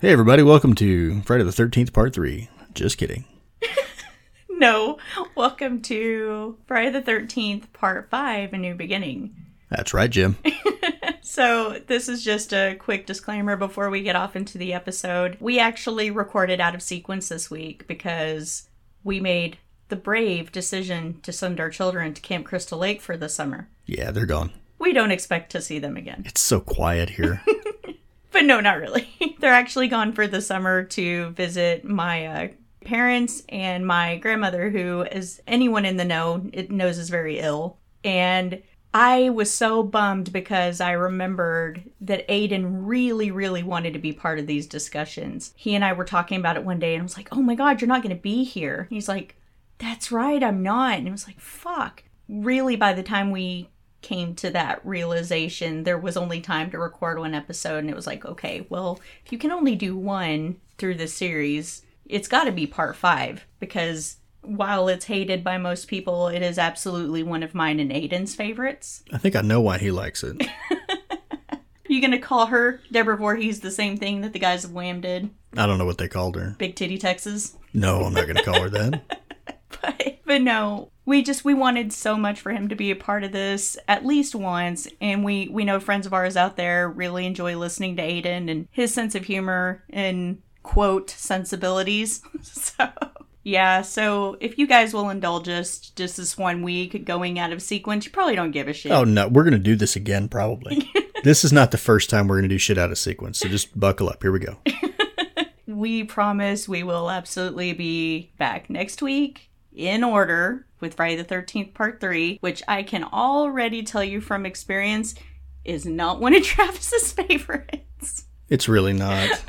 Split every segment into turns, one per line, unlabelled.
Hey everybody, welcome to Friday the 13th part 3. Just kidding.
No, welcome to Friday the 13th, part 5, A New Beginning.
That's right, Jim.
So, this is just a quick disclaimer before we get off into the episode. We actually recorded out of sequence this week because we made the brave decision to send our children to Camp Crystal Lake for the summer.
Yeah, they're gone.
We don't expect to see them again.
It's so quiet here.
But no, not really. They're actually gone for the summer to visit my uh, parents and my grandmother, who, as anyone in the know, it knows is very ill. And I was so bummed because I remembered that Aiden really, really wanted to be part of these discussions. He and I were talking about it one day, and I was like, oh my God, you're not going to be here. And he's like, that's right, I'm not. And it was like, fuck. Really, by the time we came to that realization, there was only time to record one episode, and it was like, okay, well, if you can only do one through the series, it's got to be part five, because while it's hated by most people, it is absolutely one of mine and Aiden's favorites.
I think I know why he likes it.
You gonna call her Deborah Voorhees the same thing that the guys of Wham did?
I don't know what they called her.
Big Titty Texas?
No, I'm not going to call her that.
but but no we just we wanted so much for him to be a part of this at least once and we we know friends of ours out there really enjoy listening to aiden and his sense of humor and quote sensibilities so yeah so if you guys will indulge us just this one week going out of sequence you probably don't give a shit
Oh no, we're going to do this again probably. this is not the first time we're going to do shit out of sequence, so just buckle up. Here we go.
we promise we will absolutely be back next week in order with Friday the 13th part 3 which I can already tell you from experience is not one of Travis's favorites.
It's really not.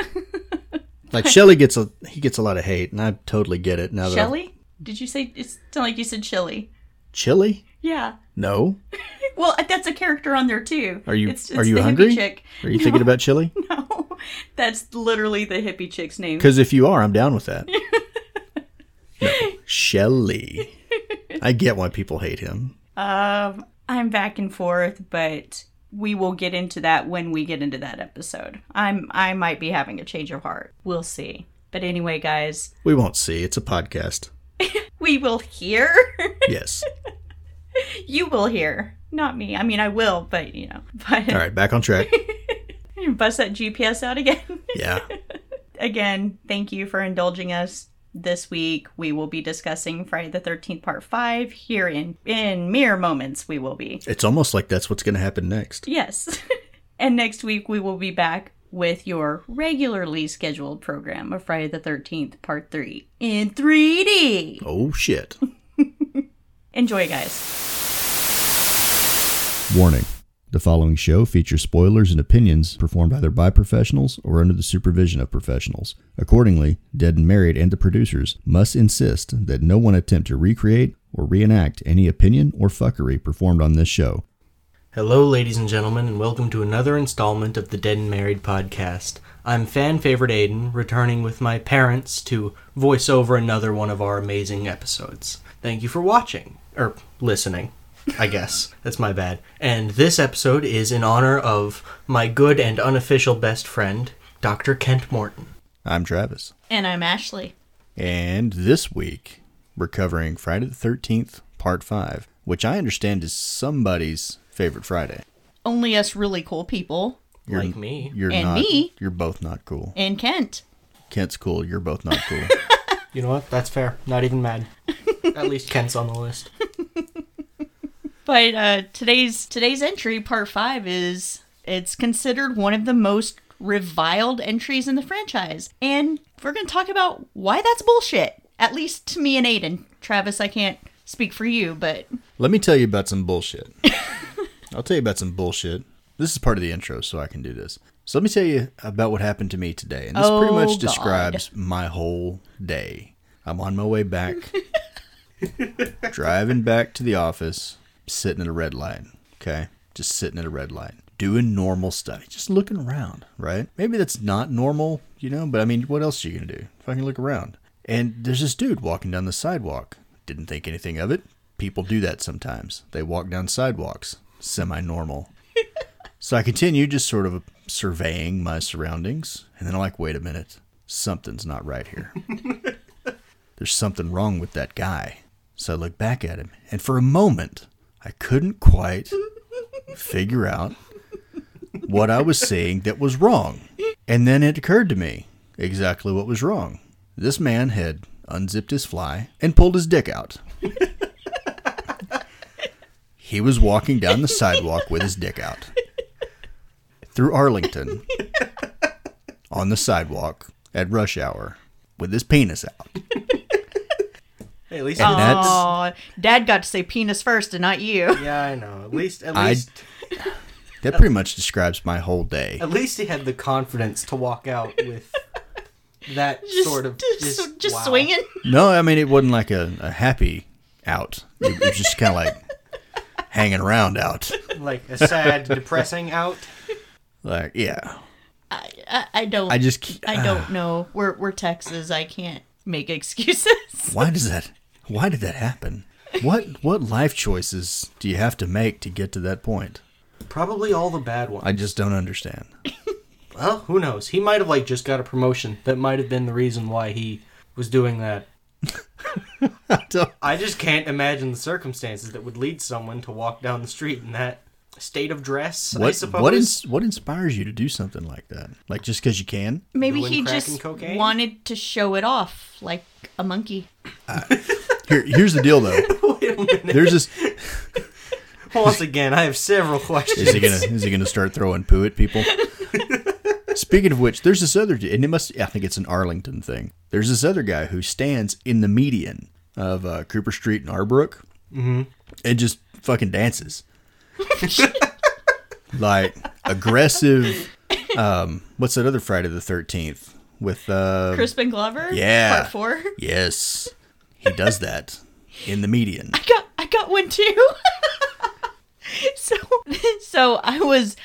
Like Shelly gets a he gets a lot of hate, and I totally get it. Now that I've-
Shelly? Did you say it's not like you said chili?
Chili?
Yeah.
No.
Well, that's a character on there too.
Are you-
It's,
are
it's
you
the
hungry?
Hippie chick.
Are you thinking about chili?
No, that's literally the hippie chick's name.
Because if you are, I'm down with that. no, Shelly. I get why people hate him.
Um, I'm back and forth, but we will get into that when we get into that episode. I'm I might be having a change of heart. We'll see. But anyway, guys,
We won't see. It's a podcast.
we will hear.
Yes.
you will hear, not me. I mean, I will, but you know, but
All right, back on track.
bust that GPS out again.
Yeah.
again, thank you for indulging us this week. We will be discussing Friday the 13th part 5 here in in mere moments we will be.
It's almost like that's what's going to happen next.
Yes. and next week we will be back with your regularly scheduled program of Friday the 13th, Part 3 in 3D.
Oh, shit.
Enjoy, guys.
Warning. The following show features spoilers and opinions performed either by professionals or under the supervision of professionals. Accordingly, Dead and Married and the producers must insist that no one attempt to recreate or reenact any opinion or fuckery performed on this show.
Hello, ladies and gentlemen, and welcome to another installment of the Dead and Married podcast. I'm fan favorite Aiden, returning with my parents to voice over another one of our amazing episodes. Thank you for watching, or listening, I guess. That's my bad. And this episode is in honor of my good and unofficial best friend, Dr. Kent Morton.
I'm Travis.
And I'm Ashley.
And this week, we're covering Friday the 13th, Part 5, which I understand is somebody's favorite Friday.
Only us really cool people
like me.
You're
And
not,
me.
You're both not cool.
and Kent.
Kent's cool. You're both not cool.
You know what? That's fair. Not even mad. At least Kent's on the list.
But uh, today's today's entry, Part 5, is it's considered one of the most reviled entries in the franchise. And we're going to talk about why that's bullshit. At least to me and Aiden. Travis, I can't speak for you, but
Let me tell you about some bullshit. I'll tell you about some bullshit. This is part of the intro, so I can do this. So let me tell you about what happened to me today. And this pretty
Oh,
much
God.
describes my whole day. I'm on my way back, driving back to the office, sitting at a red light. Okay. Just sitting at a red light, doing normal stuff, just looking around, right? Maybe that's not normal, you know, but I mean, what else are you going to do? Fucking look around. And there's this dude walking down the sidewalk. Didn't think anything of it. People do that sometimes. They walk down sidewalks, semi normal. So I continue, just sort of surveying my surroundings, and then I'm like, wait a minute, something's not right here. There's something wrong with that guy. So I look back at him, and for a moment, I couldn't quite figure out what I was seeing that was wrong. And then it occurred to me exactly what was wrong. This man had unzipped his fly and pulled his dick out. he was walking down the sidewalk with his dick out through Arlington on the sidewalk at rush hour with his penis out.
Hey, at least
And that's
Oh, Dad got to say penis first and not you.
yeah, I know. At least at
I-
least
that pretty much describes my whole day.
at least he had the confidence to walk out with that sort of
just,
just,
just, just
wow.
swinging.
No, I mean it wasn't like a, a happy out. It was just kind of like hanging around out.
like a sad, depressing out.
Like yeah,
I, I, I don't.
I just uh.
I don't know. We're we're Texas. I can't make excuses.
why does that why did that happen? What what life choices do you have to make to get to that point?
Probably all the bad ones.
I just don't understand.
Well, who knows? He might have like just got a promotion. That might have been the reason why he was doing that.
don't-
I just can't imagine the circumstances that would lead someone to walk down the street in that state of dress. I
What
suppose.
what is what inspires you to do something like that? Like just because you can?
Maybe
Doing
he
crack
just
and cocaine?
wanted to show it off like a monkey.
Here here's the deal though.
Wait a minute.
There's this.
Once again, I have several questions.
Is he gonna is he gonna start throwing poo at people? Speaking of which, there's this other, and it must I think it's an Arlington thing. There's this other guy who stands in the median of uh, Cooper Street and Arbrook, and just fucking dances, like aggressive. Um, what's that other Friday the Thirteenth with? Uh,
Crispin Glover.
Yeah.
Part four.
yes, he does that in the median.
I got I got one too. so so I was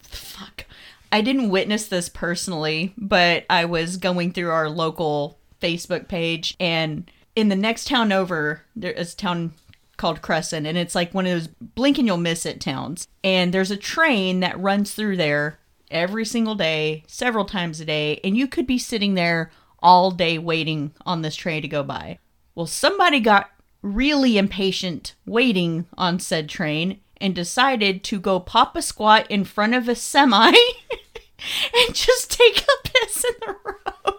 fuck. I didn't witness this personally, but I was going through our local Facebook page and in the next town over there is a town called Crescent and it's like one of those blink and you'll miss it towns. And there's a train that runs through there every single day, several times a day, and you could be sitting there all day waiting on this train to go by. Well, somebody got really impatient waiting on said train and decided to go pop a squat in front of a semi and just take a piss in the road.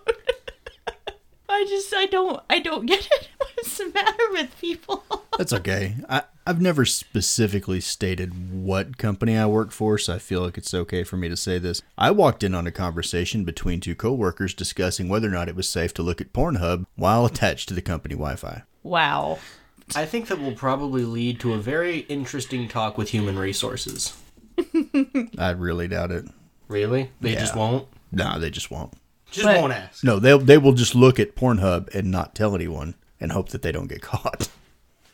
I just I don't I don't get it. What's the matter with people?
That's okay. I, I've never specifically stated what company I work for, so I feel like it's okay for me to say this. I walked in on a conversation between two coworkers discussing whether or not it was safe to look at Pornhub while attached to the company Wi Fi.
Wow.
I think that will probably lead to a very interesting talk with human resources.
I really doubt it.
Really? They just won't.
Nah, they just won't.
Just
But-
won't ask.
No, they they will just look at Pornhub and not tell anyone and hope that they don't get caught.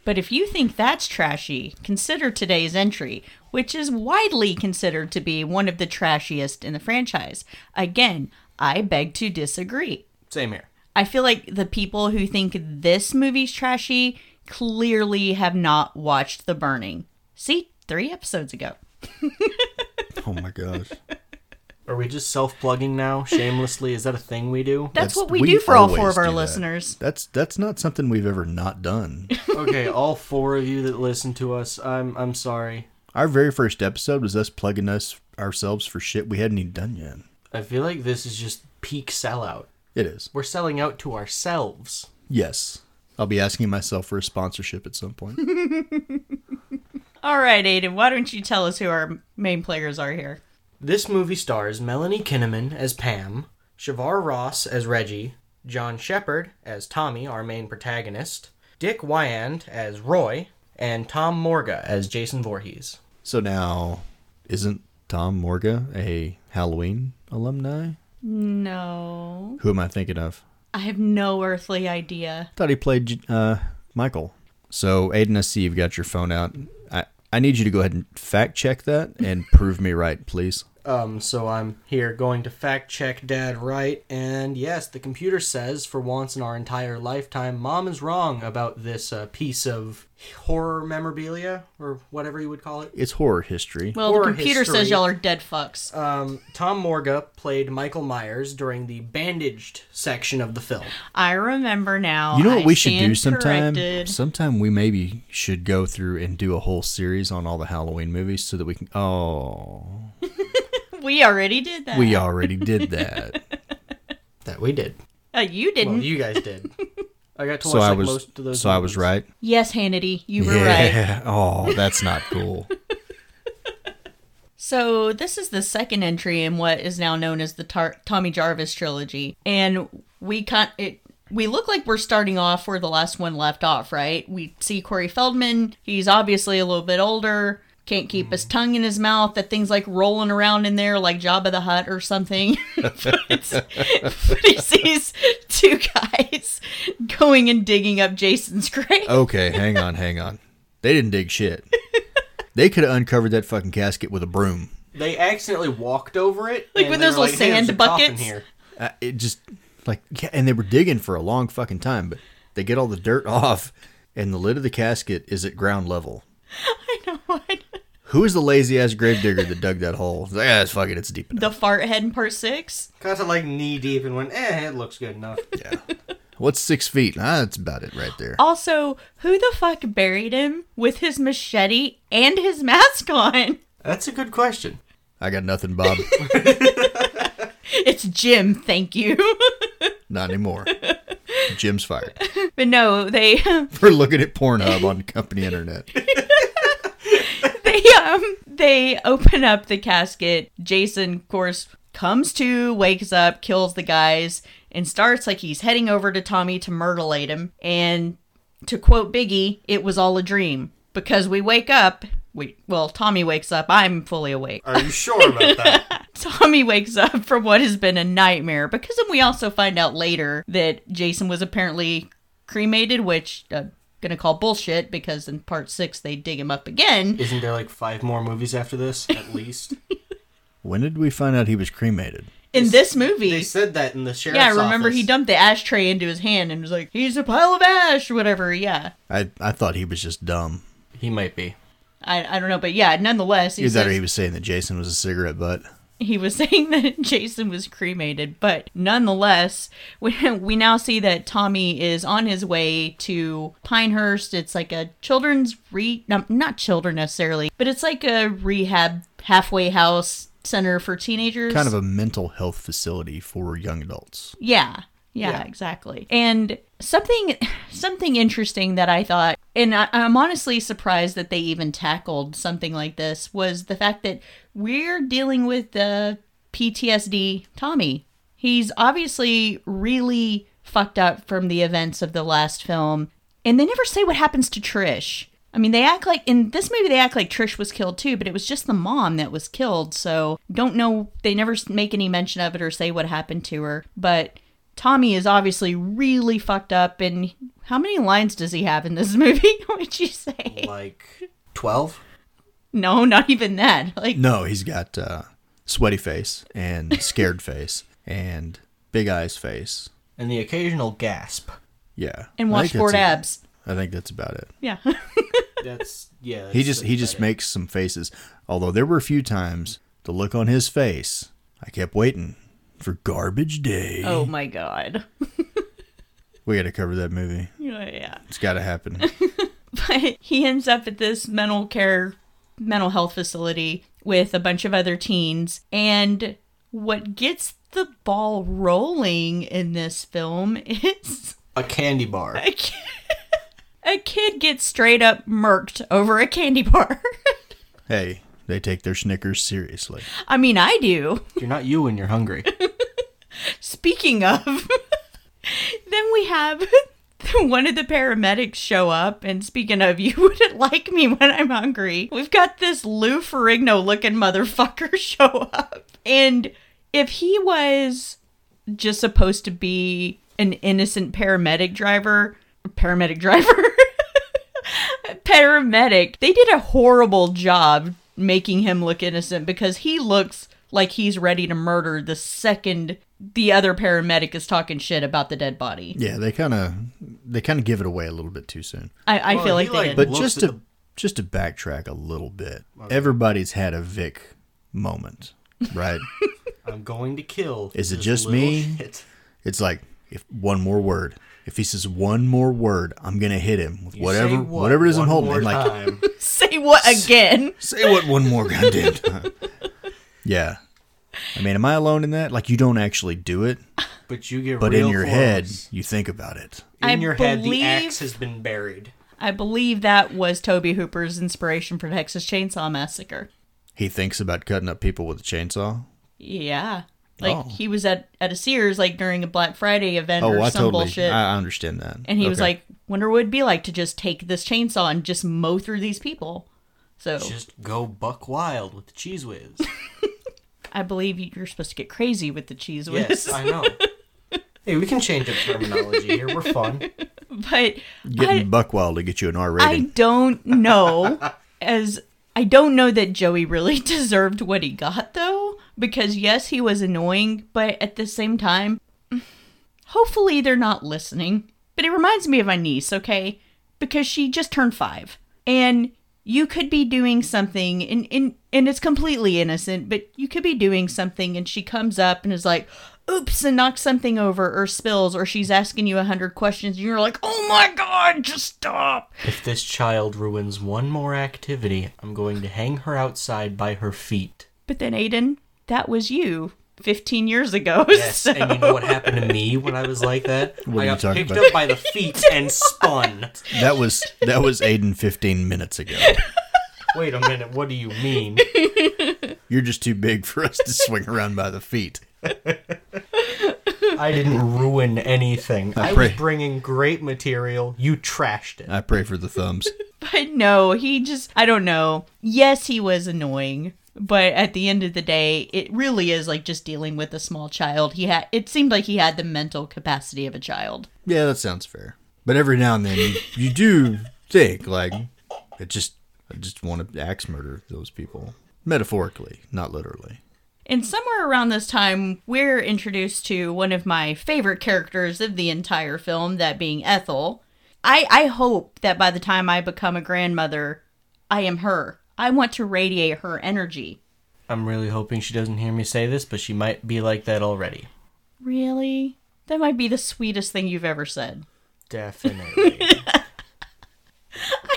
But if you think that's trashy, consider today's entry, which is widely considered to be one of the trashiest in the franchise. Again, I beg to disagree.
Same here.
I feel like the people who think this movie's trashy clearly have not watched The Burning. See, three episodes ago.
Oh my gosh.
Are we just self-plugging now? Shamelessly? Is that a thing we do?
That's, what we, do for all four of our listeners.
That's that's not something we've ever not done.
okay, all four of you that listen to us, I'm I'm sorry.
Our very first episode was us plugging us ourselves for shit we hadn't even done yet.
I feel like this is just peak sellout.
It is.
We're selling out to ourselves.
Yes. I'll be asking myself for a sponsorship at some point.
All right, Aiden, why don't you tell us who our main players are here?
This movie stars Melanie Kinneman as Pam, Shavar Ross as Reggie, John Shepard as Tommy, our main protagonist, Dick Wyand as Roy, and Tom Morga as Jason Voorhees.
so now, isn't Tom Morga a Halloween alumni?
No.
Who am I thinking of?
I have no earthly idea.
Thought he played uh, Michael. So, Aiden, I see you've got your phone out. I, I need you to go ahead and fact check that and prove me right, please.
Um, so I'm here going to fact check dad right. And yes, the computer says for once in our entire lifetime, mom is wrong about this uh, piece of horror memorabilia or whatever you would call it.
It's horror history.
Well, the
Horror
computer
history.
says y'all are dead fucks.
Um, Tom Morga played Michael Myers during the bandaged section of the film.
I remember now.
You know what
I
we should do
stand
sometime?
corrected.
Sometime we maybe should go through and do a whole series on all the Halloween movies so that we can. Oh,
We already did that.
we already did that.
That we did.
Uh, you didn't.
Well, you guys did. I got to watch
so I
like,
was.
most of those.
so I was
movies.
right.
yes, Hannity, you were right.
Yeah. Oh, that's not cool.
So this is the second entry in what is now known as the tar- Tommy Jarvis trilogy, and we con- it. We look like we're starting off where the last one left off, right? We see Corey Feldman. He's obviously a little bit older. Can't keep his tongue in his mouth. That thing's like rolling around in there like Jabba the Hutt or something. but he sees two guys going and digging up Jason's grave.
Okay, hang on, hang on. They didn't dig shit. They could have uncovered that fucking casket with a broom.
They accidentally walked over it.
Like
and
with
they
those
were
little
"Hey, there's
sand
a coffin
buckets?"
Here.
Uh, it just like yeah, and they were digging for a long fucking time, but they get all the dirt off, and the lid of the casket is at ground level.
I know. I know.
Who is the lazy ass gravedigger that dug that hole? It's like, ah, it's fucking, it's deep enough.
The fart head in part six.
Got to like knee deep and went, eh, it looks good enough.
What's six feet? Ah, that's about it right there.
Also, who the fuck buried him with his machete and his mask on?
That's a good question.
I got nothing, Bob.
It's Jim, thank you.
Not anymore. Jim's fired
but no, they
for looking at Pornhub on company internet.
they um they open up the casket. Jason, of course, comes to, wakes up, kills the guys, and starts like he's heading over to Tommy to murderate him. And to quote Biggie, it was all a dream because we wake up. We well, Tommy wakes up. I'm fully awake.
Are you sure about that?
Tommy wakes up from what has been a nightmare because then we also find out later that Jason was apparently cremated, which uh, gonna call bullshit because in part six they dig him up again.
Isn't there like five more movies after this, at least?
When did we find out he was cremated?
in this movie.
they said that in the sheriff's
yeah, remember he
office.
dumped the ashtray into his hand and was like, "He's a pile of ash," or whatever. Yeah,
I, I thought he was just dumb.
He might be.
I, I don't know, but yeah, nonetheless, he,
Either that or
says-
he was saying that Jason was a cigarette butt.
he was saying that Jason was cremated, but nonetheless, we, we now see that Tommy is on his way to Pinehurst. It's like a children's re no, not children necessarily, but it's like a rehab halfway house center for teenagers.
Kind of a mental health facility for young adults.
Yeah, yeah.
Yeah.
exactly. And something something interesting that I thought and I, I'm honestly surprised that they even tackled something like this was the fact that we're dealing with the PTSD Tommy. He's obviously really fucked up from the events of the last film. And they never say what happens to Trish. I mean, they act like in this movie they act like Trish was killed too, but it was just the mom that was killed. So don't know. They never s- make any mention of it or say what happened to her. But Tommy is obviously really fucked up. And how many lines does he have in this movie? Would you say?
Like 12?
No, not even that. Like
No, he's got uh, sweaty face and scared face and big eyes face.
And the occasional gasp.
Yeah.
and
I think
washboard
that's it.
abs.
I think that's about it.
Yeah.
That's, yeah.
He
that's-
just he just makes some faces. Although there were a few times the look on his face, I kept waiting for garbage day.
oh my god.
We got to cover that movie.
yeah.
It's got to happen.
but he ends up at this mental care mental health facility with a bunch of other teens and what gets the ball rolling in this film is
A candy bar.
a kid, a kid gets straight up murked over a candy bar
hey, they take their Snickers seriously.
i mean i do
You're not you when you're hungry.
Speaking of, then we have one of the paramedics show up. And speaking of, you wouldn't like me when I'm hungry. We've got this Lou Ferrigno looking motherfucker show up. And if he was just supposed to be an innocent paramedic driver, paramedic driver, paramedic, they did a horrible job making him look innocent because he looks like he's ready to murder the second the other paramedic is talking shit about the dead body.
Yeah, they kind of they kind of give it away a little bit too soon.
I, I
Well,
feel like
he,
they
like,
did.
But
Looks
just
at
to
the-
just to backtrack a little bit, everybody's had a Vic moment, right?
I'm going to kill.
Is it
this
just
little
me?
shit.
it's like if one more word, if he says one more word, I'm gonna hit him with
You say
whatever
what
whatever it is
one
I'm holding.
more
And like
time.
Say what again?
say what one more goddamn time. yeah, I mean, am I alone in that? Like you don't actually do it,
but you get
but
real
in your
close.
head you think about it.
in
I
your head, the
believe-
axe has been buried.
I believe that was Toby Hooper's inspiration for Texas Chainsaw Massacre.
He thinks about cutting up people with a chainsaw.
Yeah. Like
Oh.
he was at, at a Sears like during a Black Friday event
Oh,
or
I
some
totally,
bullshit.
I I understand that.
and he was
Okay.
like, Wonder what it'd be like to just take this chainsaw and just mow through these people. So
Just go buck wild with the cheese whiz.
I believe you're supposed to get crazy with the cheese whiz.
yes, I know. Hey, we can change up terminology here. We're fun.
but I,
getting Buckwild to get you an R
I
rating.
don't know as I don't know that Joey really deserved what he got though because yes he was annoying but at the same time hopefully they're not listening but it reminds me of my niece okay because she just turned 5 and you could be doing something and and, and it's completely innocent but you could be doing something and she comes up and is like oops and knocks something over or spills or she's asking you a hundred questions and you're like oh my god just stop
If this child ruins one more activity, I'm going to hang her outside by her feet.
But then, Aiden, that was you 15 years ago.
Yes,
so-
and you know what happened to me when I was like that?
What are
I
you
got
talking
picked
about?
up by the feet and spun.
that was that was Aiden 15 minutes ago.
Wait a minute, what do you mean?
You're just too big for us to swing around by the feet.
I didn't ruin anything. I,
pray-
was bringing great material. You trashed it.
I pray for the thumbs.
but no, he just, I don't know. Yes, he was annoying. But at the end of the day, it really is like just dealing with a small child. He had, it seemed like he had the mental capacity of a child.
Yeah, that sounds fair. But every now and then you, you do think like it just I just want to axe murder those people metaphorically, not literally.
And somewhere around this time, we're introduced to one of my favorite characters of the entire film, that being Ethel. I, I hope that by the time I become a grandmother, I am her. I want to radiate her energy.
I'm really hoping she doesn't hear me say this, but she might be like that already.
Really? That might be the sweetest thing you've ever said.
Definitely.
I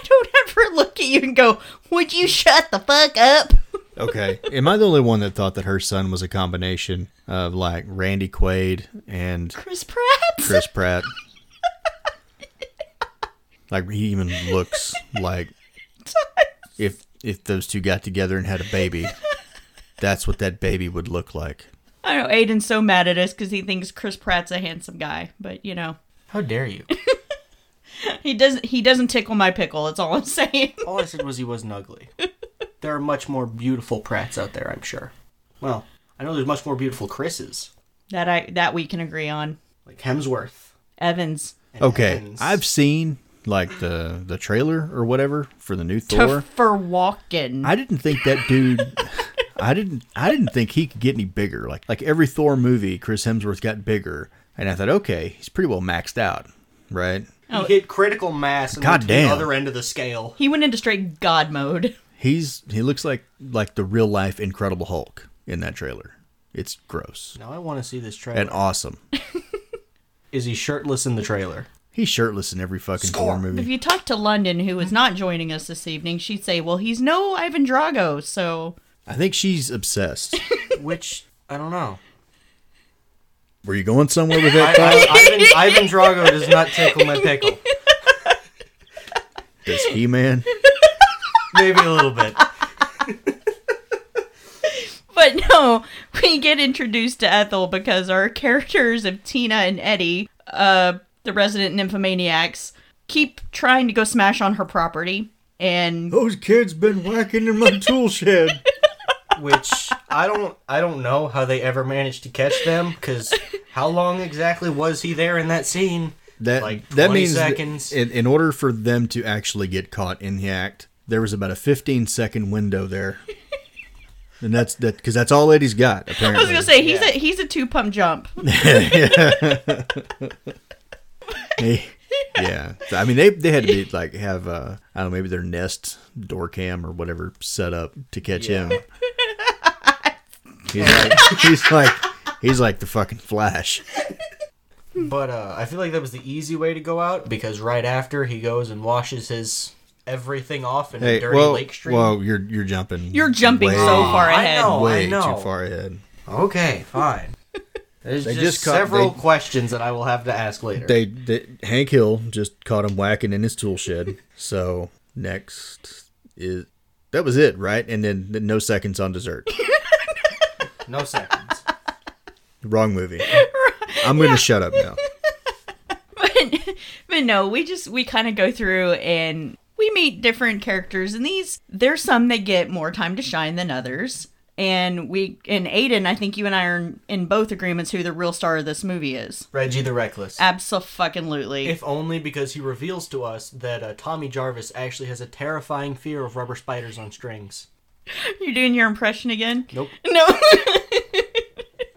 don't ever look at you and go, Would you shut the fuck up?
Okay. Am I the only one that thought that her son was a combination of like Randy Quaid and
Chris Pratt?
Chris Pratt? Like he even looks like if if those two got together and had a baby, that's what that baby would look like.
I know Aiden's so mad at us because he thinks Chris Pratt's a handsome guy, but you know.
How dare you?
He doesn't he doesn't tickle my pickle, that's all I'm saying.
All I said was he wasn't ugly. There are much more beautiful Pratts out there, I'm sure. Well, I know there's much more beautiful Chris's,
That I that we can agree on.
like Hemsworth.
Evans.
and
Okay,
Evans.
I've seen like the the trailer or whatever for the new Thor.
Topher Walken.
I didn't think that dude. I didn't. I didn't think he could get any bigger. Like like every Thor movie, Chris Hemsworth got bigger, and I thought, okay, he's pretty well maxed out, right?
he hit critical mass and
God
went to
damn.
the other end of the scale.
he went into straight god mode.
He's he looks like like the real life Incredible Hulk in that trailer. It's gross
Now I want to see this trailer.
and awesome.
Is he shirtless in the trailer?
He's shirtless in every fucking Thor
If
movie.
you talk to London, who is not joining us this evening, she'd say, Well, he's no Ivan Drago, so
I think she's obsessed.
Which I don't know.
Were you going somewhere with
I,
that thought?
I, Ivan, Ivan Drago does not tickle my pickle.
This He Man.
Maybe a little bit.
But no, we get introduced to Ethel because our characters of Tina and Eddie, uh, the resident nymphomaniacs, keep trying to go smash on her property. And
Those kids been whacking in my tool shed.
Which I don't. I don't know how they ever managed to catch them. Because how long exactly was he there in that scene?
That
Like
that
20
means that
seconds.
in, in order for them to actually get caught in the act, there was about a 15 second window there and that's that because that's all Eddie's got apparently.
I was gonna say he's a he's a two pump jump.
They- yeah. So, I mean, they they had to be like have uh, I don't know maybe their nest door cam or whatever set up to catch him. He's like, he's like he's like the fucking Flash.
But uh, I feel like that was the easy way to go out because right after he goes and washes his everything off in a
Hey,
dirty
well,
lake stream. Oh,
well, you're you're jumping.
You're jumping
way,
so far
I
ahead.
know.
way
know.
too far ahead.
Okay, fine. There's
They
just,
just caught-
several
they-
questions that I will have to ask later.
They, they Hank Hill just caught him whacking in his tool shed. so next is that was it, right? And then the- no seconds on dessert.
no seconds.
Wrong movie. I'm gonna shut up now.
but, but no, we just we kind of go through and we meet different characters, and these there's some that get more time to shine than others. And we and Aiden, I think you and I are in, in both agreements who the real star of this movie is.
Reggie the Reckless.
Absolutely.
If only because he reveals to us that uh, Tommy Jarvis actually has a terrifying fear of rubber spiders on strings.
You're doing your impression again?
Nope.
No.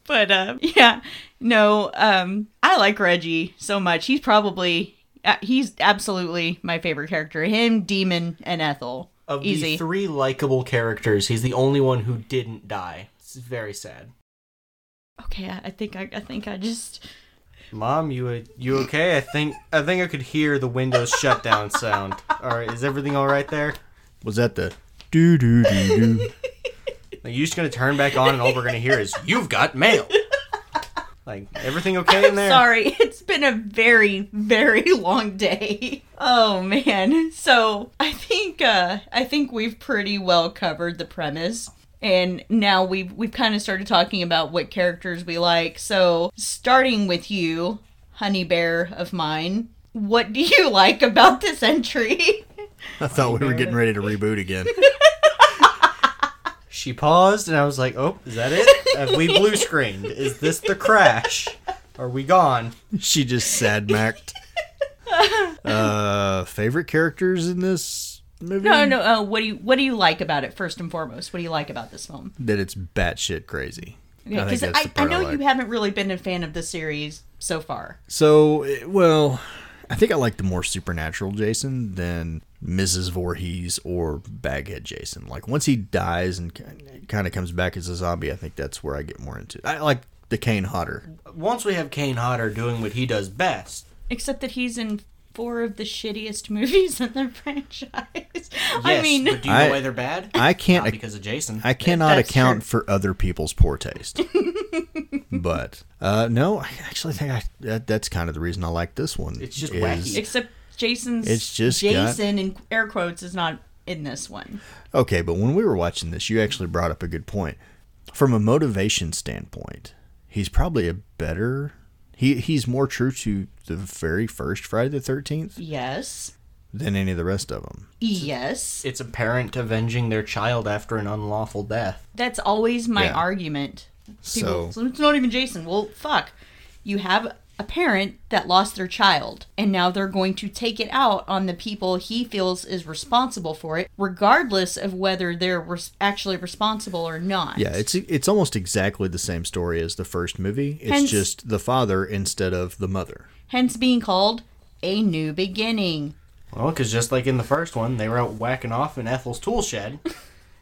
but uh, yeah, no. Um, I like Reggie so much. He's probably uh, he's absolutely my favorite character. Him, Demon, and Ethel.
Of
Easy.
the three likable characters, he's the only one who didn't die. It's very sad.
okay, I, I think I, I think I just
Mom, you uh, you okay? I think I think I could hear the Windows shutdown sound. All right, is everything all right there?
Was that the do do do do?
Like, you're just gonna turn back on, and all we're gonna hear is "You've got mail." Like everything okay in there?
sorry. It's been a very very long day. Oh man. So I think uh, I think we've pretty well covered the premise. And now we've we've kind of started talking about what characters we like. So starting with you, honey bear of mine, what do you like about this entry?
I thought we were getting ready to reboot again.
She paused, and I was like, "Oh, is that it? Have we blue screened? Is this the crash? Are we gone?"
she just sad macked. Uh, favorite characters in this movie?
No, no. Uh, what do you what do you like about it first and foremost? What do you like about this film?
That it's batshit crazy.
Yeah,
think
because I,
that's the
I,
part I
know
like.
you haven't really been a fan of the series so far.
So, it- well, I think I like the more supernatural Jason than Mrs. Voorhees or Baghead Jason. Like once he dies and kind of comes back as a zombie, I think that's where I get more into. I like the Kane Hodder.
Once we have Kane Hodder doing what he does best,
Except that he's in four of the shittiest movies in the franchise. I
yes,
mean,
but do you
I-
know why they're bad?
I can't
Not because of Jason.
I cannot
That's
account for other people's poor taste. but uh, no, I actually think I, that that's kind of the reason I like this one.
It's just
is-
wacky.
except Jason's.
It's just got-
Jason in air quotes is not in this one.
Okay, but when we were watching this, you actually brought up a good point. From a motivation standpoint, he's probably a better. He he's more true to the very first Friday the Thirteenth
Yes,
than any of the rest of them.
yes.
it's a parent avenging their child after an unlawful death.
That's always my
Yeah.
argument. People,
So
so it's not even Jason. Well, fuck. You have a parent that lost their child, and now they're going to take it out on the people he feels is responsible for it, regardless of whether they're res- actually responsible or not.
yeah, it's it's almost exactly the same story as the first movie. It's
Hence-
just the father instead of the mother.
hence being called a new beginning.
Well, because just like in the first one, they were out whacking off in Ethel's tool shed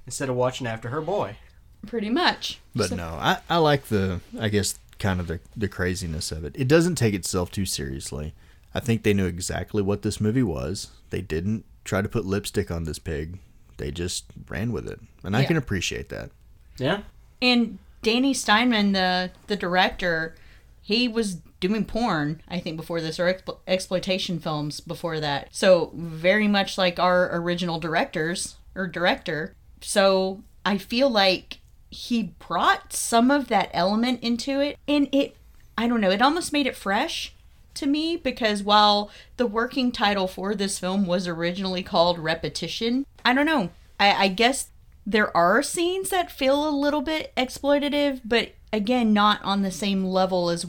instead of watching after her boy.
Pretty much.
But no, I, I like the I guess kind of the, the craziness of it. It doesn't take itself too seriously. I think they knew exactly what this movie was. They didn't try to put lipstick on this pig. They just ran with it. And I can appreciate that.
Yeah.
And Danny Steinman, the the director, he was doing porn, I think, before this or expl- exploitation films before that. So very much like our original directors or director. So I feel like he brought some of that element into it, and it, I don't know, it almost made it fresh to me because while the working title for this film was originally called Repetition, I don't know. I, I guess there are scenes that feel a little bit exploitative, but again, not on the same level as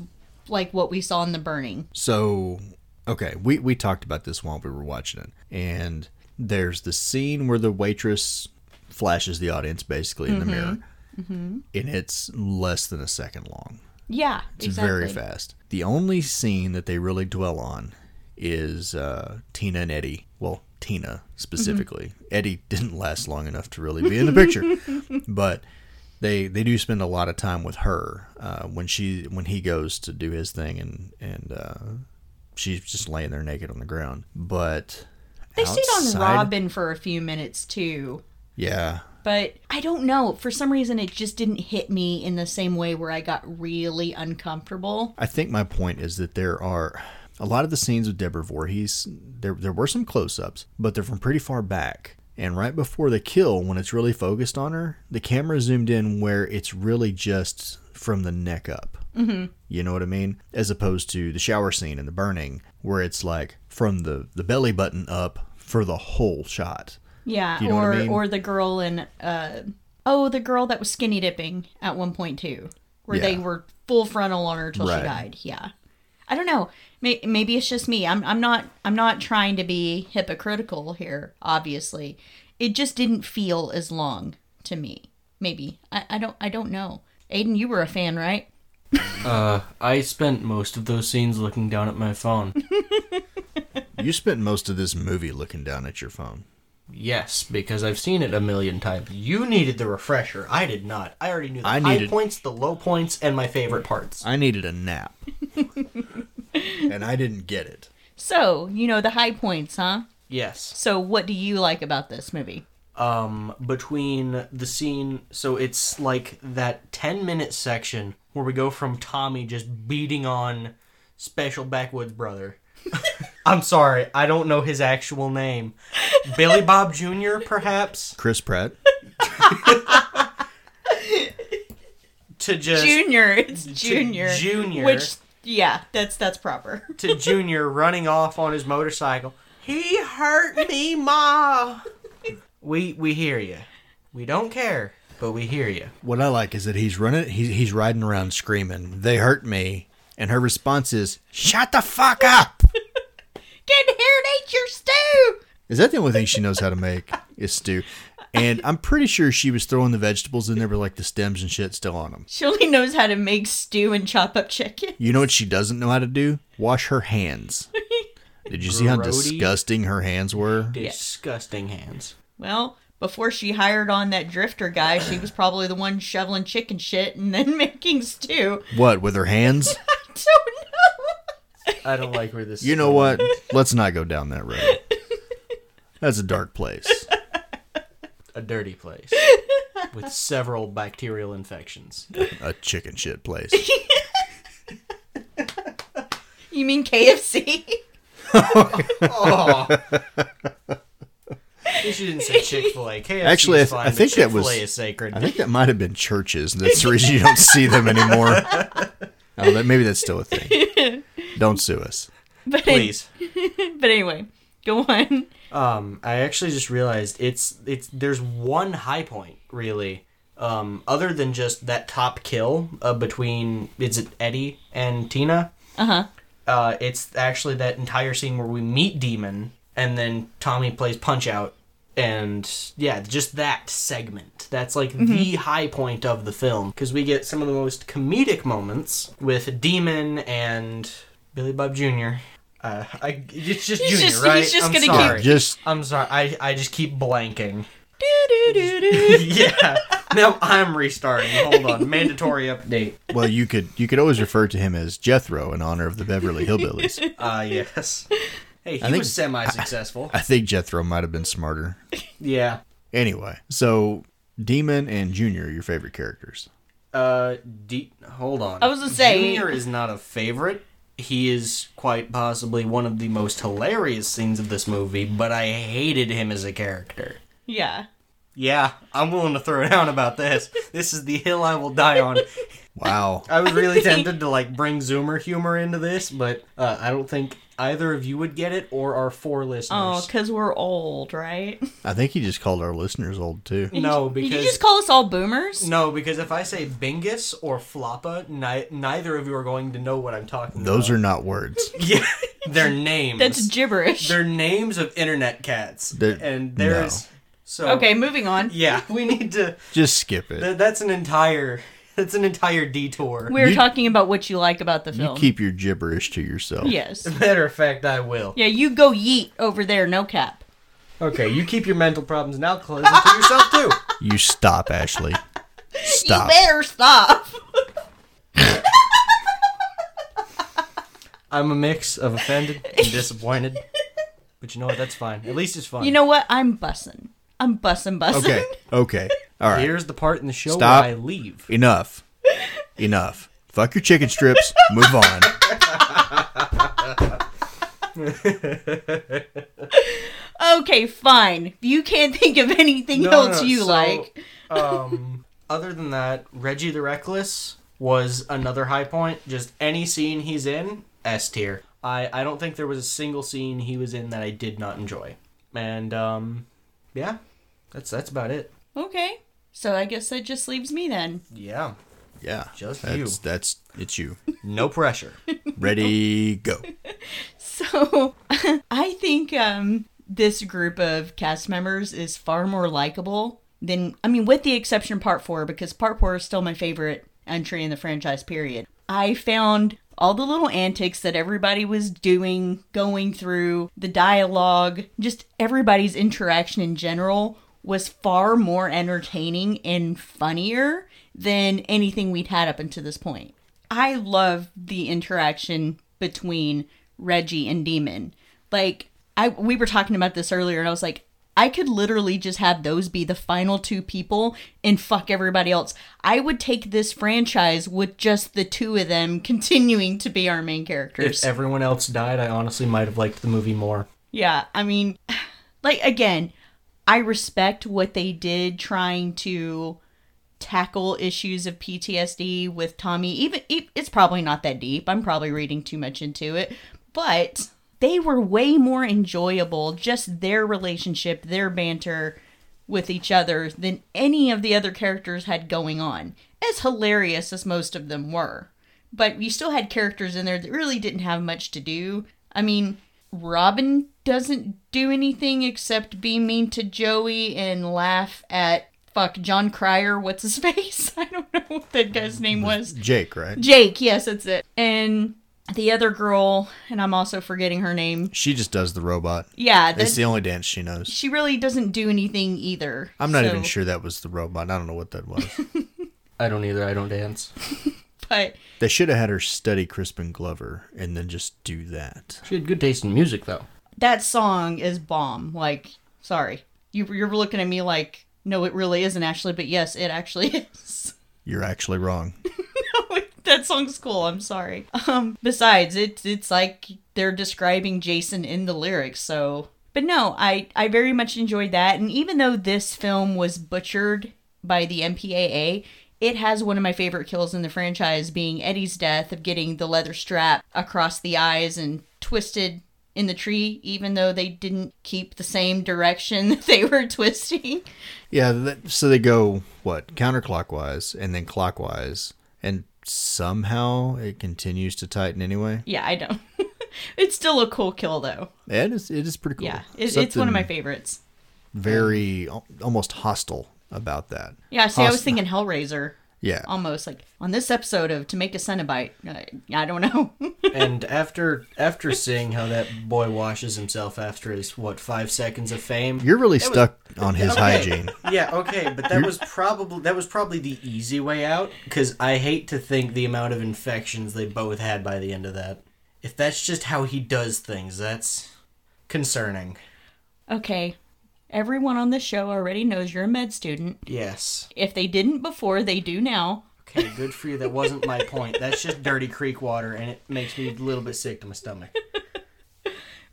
like what we saw in The Burning.
So okay, we, we talked about this while we were watching it. And there's the scene where the waitress flashes the audience basically in the mirror. and it's less than a second long.
Yeah,
It's
exactly.
very fast. The only scene that they really dwell on is uh, Tina and Eddie. Well, Tina specifically.
Mm-hmm.
Eddie didn't last long enough to really be in the picture, but they they do spend a lot of time with her uh, when she when he goes to do his thing and and uh, she's just laying there naked on the ground. But
They stayed on
outside-
Robin for a few minutes too.
Yeah,
But I don't know. For some reason, it just didn't hit me in the same way where I got really uncomfortable.
I think my point is that there are a lot of the scenes with Deborah Voorhees. There, there were some close-ups, but they're from pretty far back. And right before the kill, when it's really focused on her, the camera zoomed in where it's really just from the neck up. Mm-hmm. You know what I mean? As opposed to the shower scene and the burning, where it's like from the the belly button up for the whole shot.
Yeah,
You know what
or
I mean?
or the girl in uh oh, the girl that was skinny dipping at one point too, where they
Yeah.
were full frontal on her till
Right.
she died. Yeah, I don't know. May- Maybe it's just me. I'm I'm not I'm not trying to be hypocritical here. Obviously, it just didn't feel as long to me. Maybe I, I don't I don't know. Aiden, you were a fan, right?
Uh, I spent most of those scenes looking down at my phone.
You spent most of this movie looking down at your phone.
yes, because I've seen it a million times. You needed the refresher. I did not. I already knew the
I
high
needed-
points, the low points, and my favorite parts.
I needed a nap, and I didn't get it.
So you know the high points, huh?
Yes.
So what do you like about this movie?
um between the scene so it's like that 10 minute section where we go from tommy just beating on special backwoods brother i'm sorry i don't know his actual name billy bob jr perhaps
Chris Pratt.
to just
Junior, it's
to
Junior.
junior
Which yeah, that's that's proper.
to junior running off on his motorcycle he hurt me ma we we hear you we don't care but we hear you
What I like is that he's running. He's he's riding around screaming, "They hurt me," and her response is, "Shut the fuck up."
Can hair nature stew.
Is that the only thing she knows how to make is stew? And I'm pretty sure she was throwing the vegetables in there with like the stems and shit still on them.
She only knows how to make stew and chop up chicken.
You know what she doesn't know how to do? Wash her hands. Did you see how
Grody.
disgusting her hands were?
disgusting hands
Well, before she hired on that drifter guy, she was probably the one shoveling chicken shit and then making stew.
What with her hands?
I don't know.
i don't like where this
You know what? Let's not go down that road. That's a dark place.
a dirty place with several bacterial infections.
A chicken shit place.
You mean KFC?
Oh. she didn't say Chick Fil A. KFC
Actually, I th-
is fine,
I
but
think that was-
Chick-fil-A is sacred.
I think that might have been churches. That's the reason you don't see them anymore. Oh, that, maybe that's still a thing. Don't sue us.
But
Please.
but anyway, go on.
Um, I actually just realized it's it's there's one high point really, um, other than just that top kill uh, between is it Eddie and Tina. Uh-huh. It's actually that entire scene where we meet Demon and then Tommy plays Punch Out, and yeah, just that segment. That's like
Mm-hmm.
the high point of the film because we get some of the most comedic moments with Demon and Billy Bob Jr. Uh, I, it's just
He's
Junior,
just-
right?
he's just
I'm
gonna keep-
sorry.
Just
I'm sorry. I, I just keep blanking.
Do-do-do-do.
yeah. Now I'm restarting. Hold on. Mandatory update.
well, you could you could always refer to him as Jethro in honor of the Beverly Hillbillies.
Uh yes. Hey, he
think-
was semi-successful.
I think Jethro might have been smarter.
yeah.
Anyway, so Demon and Junior, are your favorite characters.
Uh, D- hold on.
I was gonna say-
Junior is not a favorite. He is quite possibly one of the most hilarious scenes of this movie, but I hated him as a character.
yeah.
Yeah, I'm willing to throw down about this. This is the hill I will die on.
Wow.
I was really tempted to like bring Zoomer humor into this, but uh, I don't think either of you would get it or our four
Oh,
listeners.
because we're old, right?
I think he just called our listeners old too.
no,
Did you
because
just call us all boomers?
no, because if I say Bingus or Floppa, ni- neither of you are going to know what I'm talking
Those
about.
are not words.
Those are yeah, their names.
That's gibberish.
They're names of internet cats,
They're-
and
no.
there's So
Okay, moving on.
yeah, we need to.
Just skip it.
Th- that's an entire. That's an entire detour.
We're
You-
talking about what you like about the
you
film.
keep your gibberish to yourself.
yes.
Matter of fact, I will.
Yeah, you go yeet over there, no cap.
Okay, you keep your mental problems now close it to yourself too.
You stop, Ashley. Stop.
You better stop.
I'm a mix of offended and disappointed. But you know what? That's fine. At least it's fun.
You know what? I'm bussin'. I'm bussin' bussin'.
Okay. Okay. All right.
here's the part in the show
Stop.
where I leave.
Enough. Enough. Fuck your chicken strips. Move on.
Okay, fine. If you can't think of anything
No, no,
else
no,
you
so,
like,
um, other than that, Reggie the Reckless was another high point. Just any scene he's in, S tier. I, I don't think there was a single scene he was in that I did not enjoy. And um, yeah, that's that's about it.
okay. So I guess that just leaves me then.
Yeah,
Yeah.
Just
that's,
you.
That's it's you.
no pressure.
Ready? Go.
So I think um, this group of cast members is far more likable than, I mean, with the exception of part four, because part four is still my favorite entry in the franchise period. I found all the little antics that everybody was doing, going through, the dialogue, just everybody's interaction in general was far more entertaining and funnier than anything we'd had up until this point. I love the interaction between Reggie and Demon. Like I we were talking about this earlier and I was like I could literally just have those be the final two people and fuck everybody else. I would take this franchise with just the two of them continuing to be our main characters.
if everyone else died, I honestly might have liked the movie more.
Yeah, I mean, like again, I respect what they did trying to tackle issues of PTSD with Tommy. Even e- it's probably not that deep. I'm probably reading too much into it, but they were way more enjoyable just their relationship, their banter with each other than any of the other characters had going on. As hilarious as most of them were, but you still had characters in there that really didn't have much to do. I mean, Robin doesn't do anything except be mean to Joey and laugh at fuck John Cryer. What's his face? I don't know what that guy's
Um,
name was.
Jake, right?
Jake. Yes, that's it. And the other girl, and I'm also forgetting her name.
She just does the robot.
Yeah,
It's
that,
the only dance she knows.
she really doesn't do anything either.
I'm not
So-
even sure that was the robot. I don't know what that was.
I don't either. I don't dance.
But
they should have had her study Crispin Glover and then just do that.
She had good taste in music though.
that song is bomb. Like, sorry, you you're looking at me like, no, it really isn't actually, but yes, it actually is.
You're actually wrong.
Wait, that song's cool. I'm sorry. Um, besides, it's it's like they're describing Jason in the lyrics. So, but no, I I very much enjoyed that. And even though this film was butchered by the MPAA, it has one of my favorite kills in the franchise, being Eddie's death of getting the leather strap across the eyes and twisted in the tree even though they didn't keep the same direction that they were twisting
Yeah, that, so they go what counterclockwise and then clockwise, and somehow it continues to tighten anyway.
yeah i don't it's still a cool kill though
It is it is pretty cool.
yeah it, it's one of my
Something
favorites
Mm.
very al- almost hostile about that.
Yeah, see, I was
Hosp-
thinking Hellraiser,
Yeah,
Um,
almost like on this episode of To Make a Cenobite. Uh, I don't know.
and after after seeing how that boy washes himself after his what five seconds of fame
you're really
That was-
stuck on his
Okay.
hygiene.
yeah okay but that was probably that was probably the easy way out because i hate to think the amount of infections they both had by the end of that if that's just how he does things that's concerning
okay, everyone on this show already knows you're a med student.
yes
If they didn't before, they do now.
okay good for you that wasn't my point that's just dirty creek water and it makes me a little bit sick to my stomach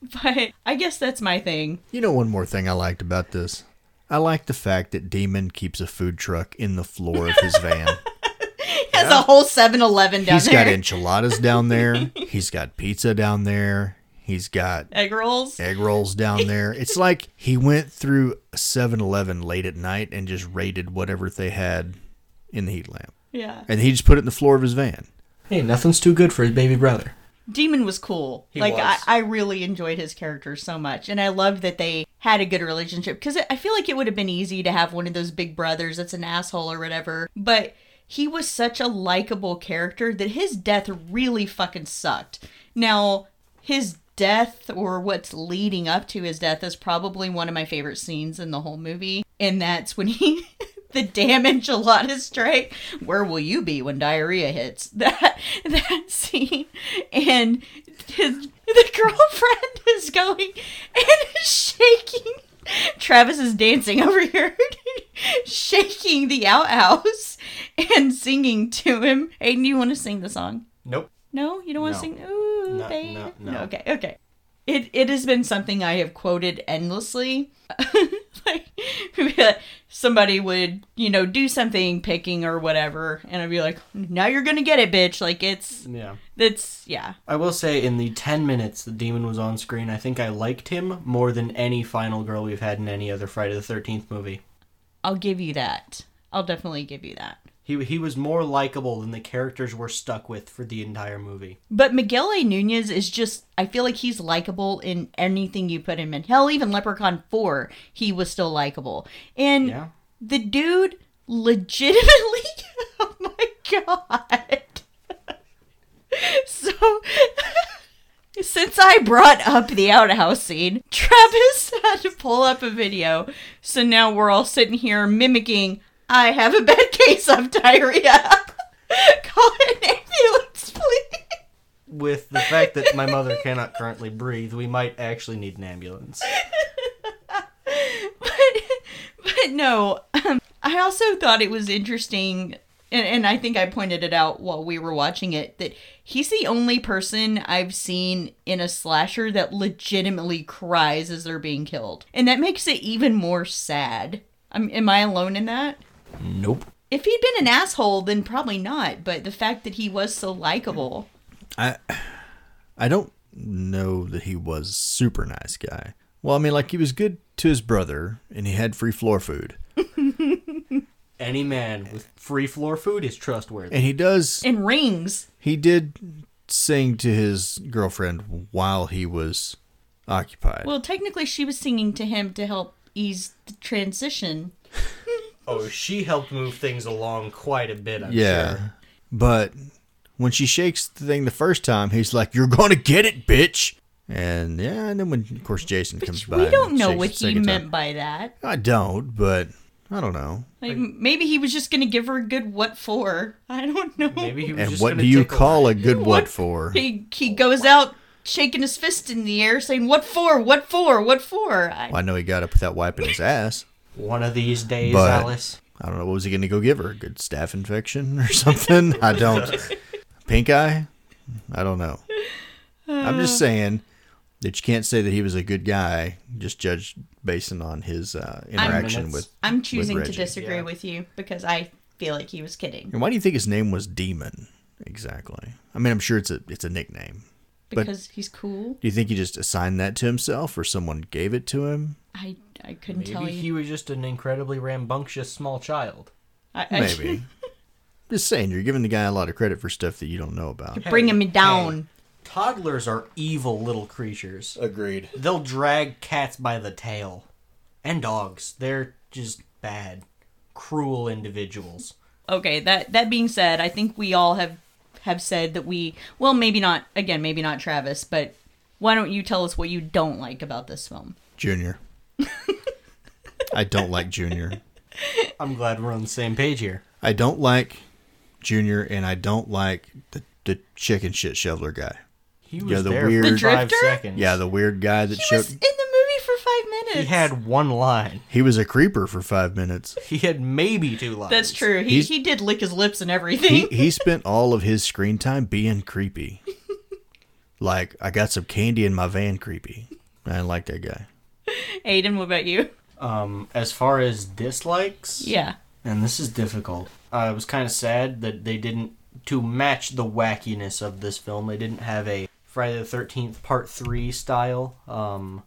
But I guess that's my thing.
You know, one more thing I liked about this. I like the fact that Demon keeps a food truck in the floor of his van.
Has a whole 7 Eleven down
He's
there.
got enchiladas down there. He's got pizza down there. He's got
Egg rolls.
egg rolls down there. It's like he went through 7 Eleven late at night and just raided whatever they had in the heat lamp.
Yeah.
And he just put it in the floor of his van.
hey nothing's too good for his baby brother
Demon was cool.
He
like
was.
I, I really enjoyed his character so much, and I love that they had a good relationship because I feel like it would have been easy to have one of those big brothers that's an asshole or whatever. But he was such a likable character that his death really fucking sucked. Now his death or what's leading up to his death is probably one of my favorite scenes in the whole movie, and that's when he. The damn enchilada strike. Where will you be when diarrhea hits? That that scene, and his the girlfriend is going and shaking. Travis is dancing over here, shaking the outhouse and singing to him. Aiden, do you want to sing the song?
Nope.
No, you don't want to
No.
sing. Ooh,
No,
babe.
no, no.
Okay, okay. It it has been something I have quoted endlessly. like somebody would you know do something picking or whatever, and I'd be like, now you're gonna get it, bitch. Like it's
Yeah.
it's yeah.
I will say, in the 10 minutes the demon was on screen, I think I liked him more than any final girl we've had in any other Friday the 13th movie.
I'll give you that. I'll definitely give you that.
He, he was more likable than the characters were stuck with for the entire movie.
But Miguel A. Nunez is just, I feel like he's likable in anything you put him in. Hell, even Leprechaun 4, he was still likable. And
Yeah.
the dude legitimately, oh my God. so, since I brought up the outhouse scene, Travis had to pull up a video. So now we're all sitting here mimicking, I have a bad case of diarrhea. Call an ambulance, please.
With the fact that my mother cannot currently breathe, we might actually need an ambulance.
but but no um, i also thought it was interesting and, and i think i pointed it out while we were watching it that he's the only person i've seen in a slasher that legitimately cries as they're being killed and that makes it even more sad I'm, am i alone in that
Nope.
if he'd been an asshole then probably not but the fact that he was so likable
I don't know that he was a super nice guy. Well, I mean, like he was good to his brother, and he had free floor food,
Any man with free floor food is trustworthy.
and he does
and rings
he did sing to his girlfriend while he was occupied.
well technically she was singing to him to help ease the transition
Oh, she helped move things along quite a bit, I'm
yeah,
sure.
but when she shakes the thing the first time, he's like, "You're gonna get it, bitch." And yeah, and then when of course Jason comes by,
we
and
don't know
shakes
what
it the
he
second
meant
time.
by that
I don't, but I don't know.
Like, m- maybe he was just gonna give her a good what for. I don't know.
Maybe he was
And
just
what
gonna
do you
tickle
call
her.
a good
What?
what for?
He he goes out shaking his fist in the air, saying "What for? What for? What for?" I,
Well, I know he got up without wiping his ass.
One of these days,
But-
Alice.
I don't know. What was he going to go give her? A good staph infection or something? I don't. Pink eye? I don't know. I'm just saying that you can't say that he was a good guy just judged based on his uh, interaction
minutes.
with.
I'm choosing to
Reggie.
disagree
Yeah.
with you because I feel like he was kidding.
And why do you think his name was Demon? Exactly. I mean, I'm sure it's a it's a nickname. But-
Because he's cool.
Do you think he just assigned that to himself, or someone gave it to him?
I I couldn't tell
Maybe
you.
he was just an incredibly rambunctious small child.
I, I
Maybe. just saying, you're giving the guy a lot of credit for stuff that you don't know about.
bring
Hey,
him down.
Toddlers are evil little creatures.
Agreed.
They'll drag cats by the tail. And dogs. They're just bad, cruel individuals.
okay that that being said i think we all have have said that we well maybe not again maybe not travis but why don't you tell us what you don't like about this film
Junior. I don't like Junior.
I'm glad we're on the same page here.
I don't like Junior, and I don't like the, the chicken shit shoveler guy.
He was
Yeah, the
there for
weird-
The
five
drifter?
seconds.
Yeah, the weird guy that
he
shoved.
was in the movie for five
he
minutes
had one line.
He was a creeper for five minutes.
He had maybe two lines.
that's true he,
He's-
he did lick his lips and
He
everything
he spent all of his screen time being creepy. Like I got some candy in my van, creepy. I didn't like that guy.
aiden what about you
Um, as far as dislikes,
yeah
and this is difficult. I was kind of sad that they didn't to match the wackiness of this film. They didn't have a Friday the Thirteenth Part Three style um,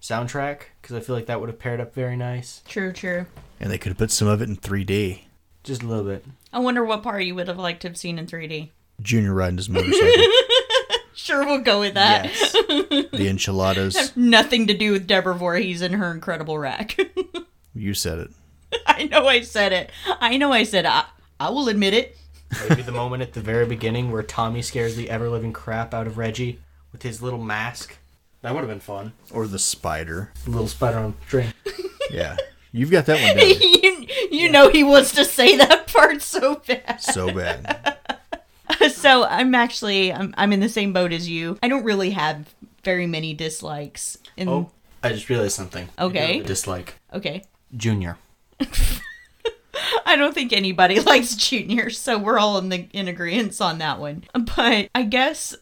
soundtrack because I feel like that would have paired up very nice.
true true
And they could have put some of it in 3D.
Just a little bit.
i wonder what part you would have liked to have seen in 3d
Junior riding his motorcycle.
sure we'll go with that.
Yes. the enchiladas.
Nothing to do with Deborah Voorhees and her incredible rack.
You said it.
I know I said it. I know I said I, I will admit it.
Maybe the moment at the very beginning where Tommy scares the ever living crap out of Reggie with his little mask. That would have been fun.
Or the spider.
Little spider on the train.
Yeah. You've got that one down
you you know he wants to say that part so bad.
so bad.
So I'm actually I'm, I'm in the same boat as you. I don't really have very many dislikes. In,
Oh, I just realized something.
Okay.
I dislike
Okay.
Junior.
I don't think anybody likes Junior, so we're all in the in agreement on that one. But I guess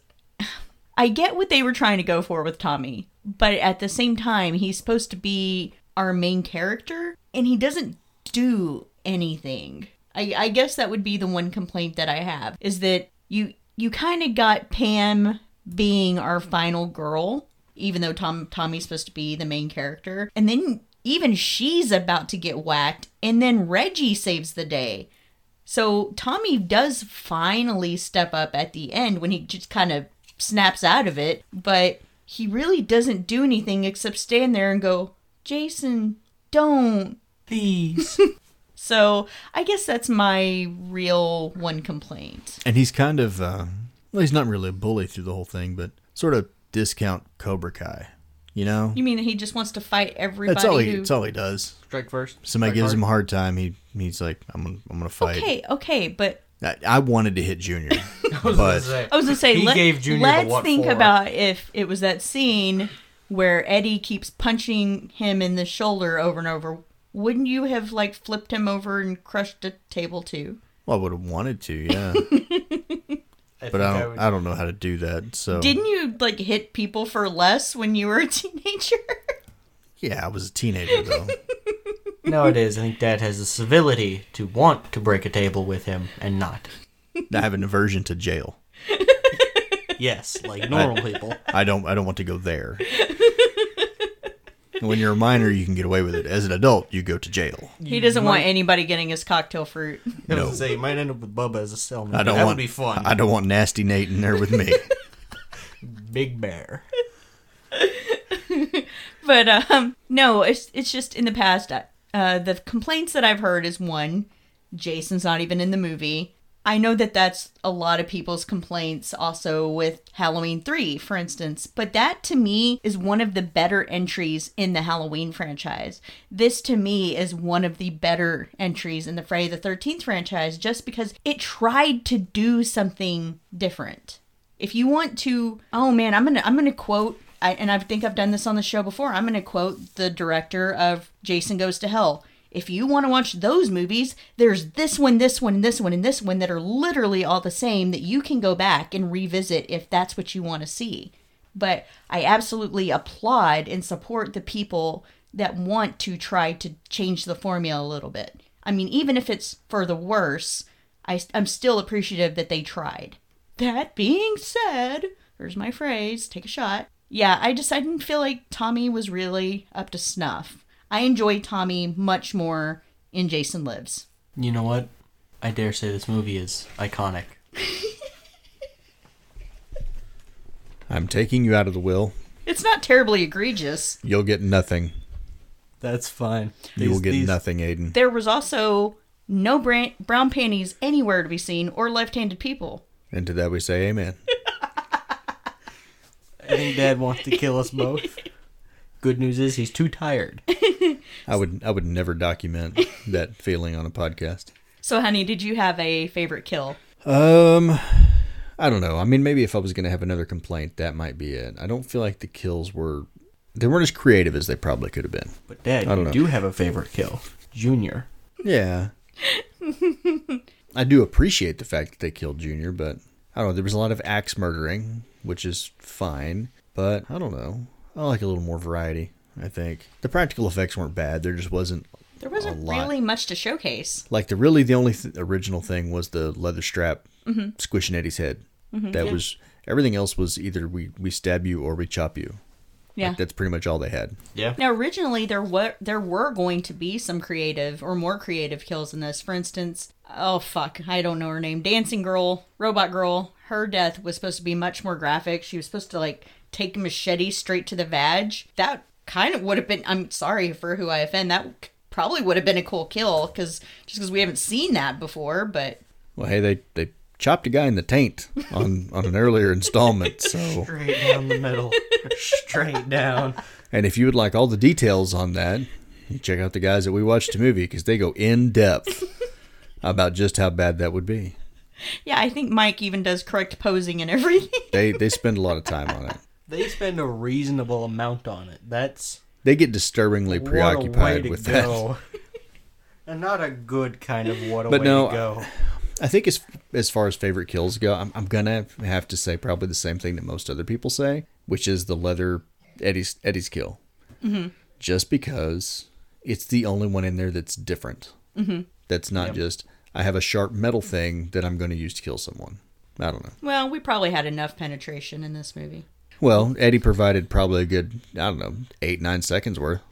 I get what they were trying to go for with Tommy, but at the same time, he's supposed to be our main character, and he doesn't do anything. I, I guess that would be the one complaint that I have is that you you kind of got Pam being our final girl, even though Tom Tommy's supposed to be the main character, and then even she's about to get whacked, and then Reggie saves the day. So Tommy does finally step up at the end when he just kind of snaps out of it, but he really doesn't do anything except stand there and go, Jason, don't.
Please.
So I guess that's my real one complaint.
And he's kind of, uh, well, he's not really a bully through the whole thing, but sort of discount Cobra Kai. You know?
You mean he just wants to fight everybody?
That's all he,
who...
that's all he does.
Strike first.
Somebody
strike
gives
hard.
him a hard time. He he's like, I'm gonna, I'm gonna fight.
Okay, okay, but
I, I wanted to hit Junior,
I was gonna
but
say.
I was gonna say
He
let,
gave Junior the
let's
what
think
for.
about if it was that scene where Eddie keeps punching him in the shoulder over and over. Wouldn't you have like flipped him over and crushed a table too?
well, I would have wanted to, yeah.
think
But I don't,
would-
I, don't know how to do that. So
Didn't you like hit people for less when you were a teenager?
yeah, I was a teenager though.
Nowadays, I think Dad has the civility to want to break a table with him and not.
I have an aversion to jail.
Yes, like normal people.
I don't I don't want to go there. when you're a minor, you can get away with it. As an adult, you go to jail.
he doesn't want anybody getting his cocktail fruit.
I was
No.
gonna say you might end up with Bubba as a cellmate.
I don't
that
want
would be fun.
I don't want nasty Nate in there with me.
Big Bear.
But um, no, it's it's just in the past. uh, Uh, the complaints that I've heard is one, Jason's not even in the movie. I know that that's a lot of people's complaints also with Halloween 3, for instance, but that to me is one of the better entries in the Halloween franchise. This to me is one of the better entries in the Friday the 13th franchise just because it tried to do something different if you want to oh man i'm gonna i'm gonna quote I, and i think i've done this on the show before i'm gonna quote the director of jason goes to hell if you want to watch those movies there's this one this one and this one and this one that are literally all the same that you can go back and revisit if that's what you want to see but i absolutely applaud and support the people that want to try to change the formula a little bit i mean even if it's for the worse I, i'm still appreciative that they tried that being said, there's my phrase take a shot. Yeah, I just I didn't feel like Tommy was really up to snuff. I enjoy Tommy much more in Jason Lives.
You know what? I dare say this movie is iconic.
I'm taking you out of the will.
It's not terribly egregious.
You'll get nothing.
That's fine.
you will get nothing, Aiden.
There was also no bran- brown panties anywhere to be seen or left-handed people.
And to that we say amen.
I think Dad wants to kill us both. Good news is he's too tired.
I would I would never document that feeling on a podcast.
So honey, did you have a favorite kill?
Um, I don't know. I mean, maybe if I was going to have another complaint, that might be it. I don't feel like the kills were they weren't as creative as they probably could have been.
But Dad,
I
you
don't know.
do have a favorite kill, Junior.
Yeah. I do appreciate the fact that they killed Junior, but I don't know. There was a lot of axe murdering, which is fine, but I don't know. I like a little more variety. I think the practical effects weren't bad. There just wasn't
There wasn't
lot.
really much to showcase.
like the really the only th- original thing was the leather strap squishing Eddie's head. that was everything else was either we we stab you or we chop you.
Yeah.
Like, that's pretty much all they had.
Yeah.
Now, originally there were there were going to be some creative or more creative kills in this. For instance, oh fuck, I don't know her name, Dancing Girl, Robot Girl. Her death was supposed to be much more graphic. She was supposed to like take a machete straight to the vag. That kind of would have been. I'm sorry for who I offend. That probably would have been a cool kill because just because we haven't seen that before. But
Well, hey, they they chopped a guy in the taint on on an earlier installment. So,
Straight down the middle. Straight down.
and if you would like all the details on that, you check out the guys that we watched the movie because they go in depth about just how bad that would be.
yeah, I think Mike even does correct posing and everything.
They they spend a lot of time on it.
They spend a reasonable amount on it. That's
They get disturbingly
what a way
preoccupied
to
with that.
go. and not a good kind of what a
But
way
no,
to go.
I think as as far as favorite kills go, I'm, I'm gonna have to say probably the same thing that most other people say, which is the leather Eddie's Eddie's kill, just because it's the only one in there that's different. Mm-hmm. That's not just I have a sharp metal thing that I'm going to use to kill someone. I don't know.
well, we probably had enough penetration in this movie.
Well, Eddie provided probably a good I don't know eight nine seconds worth.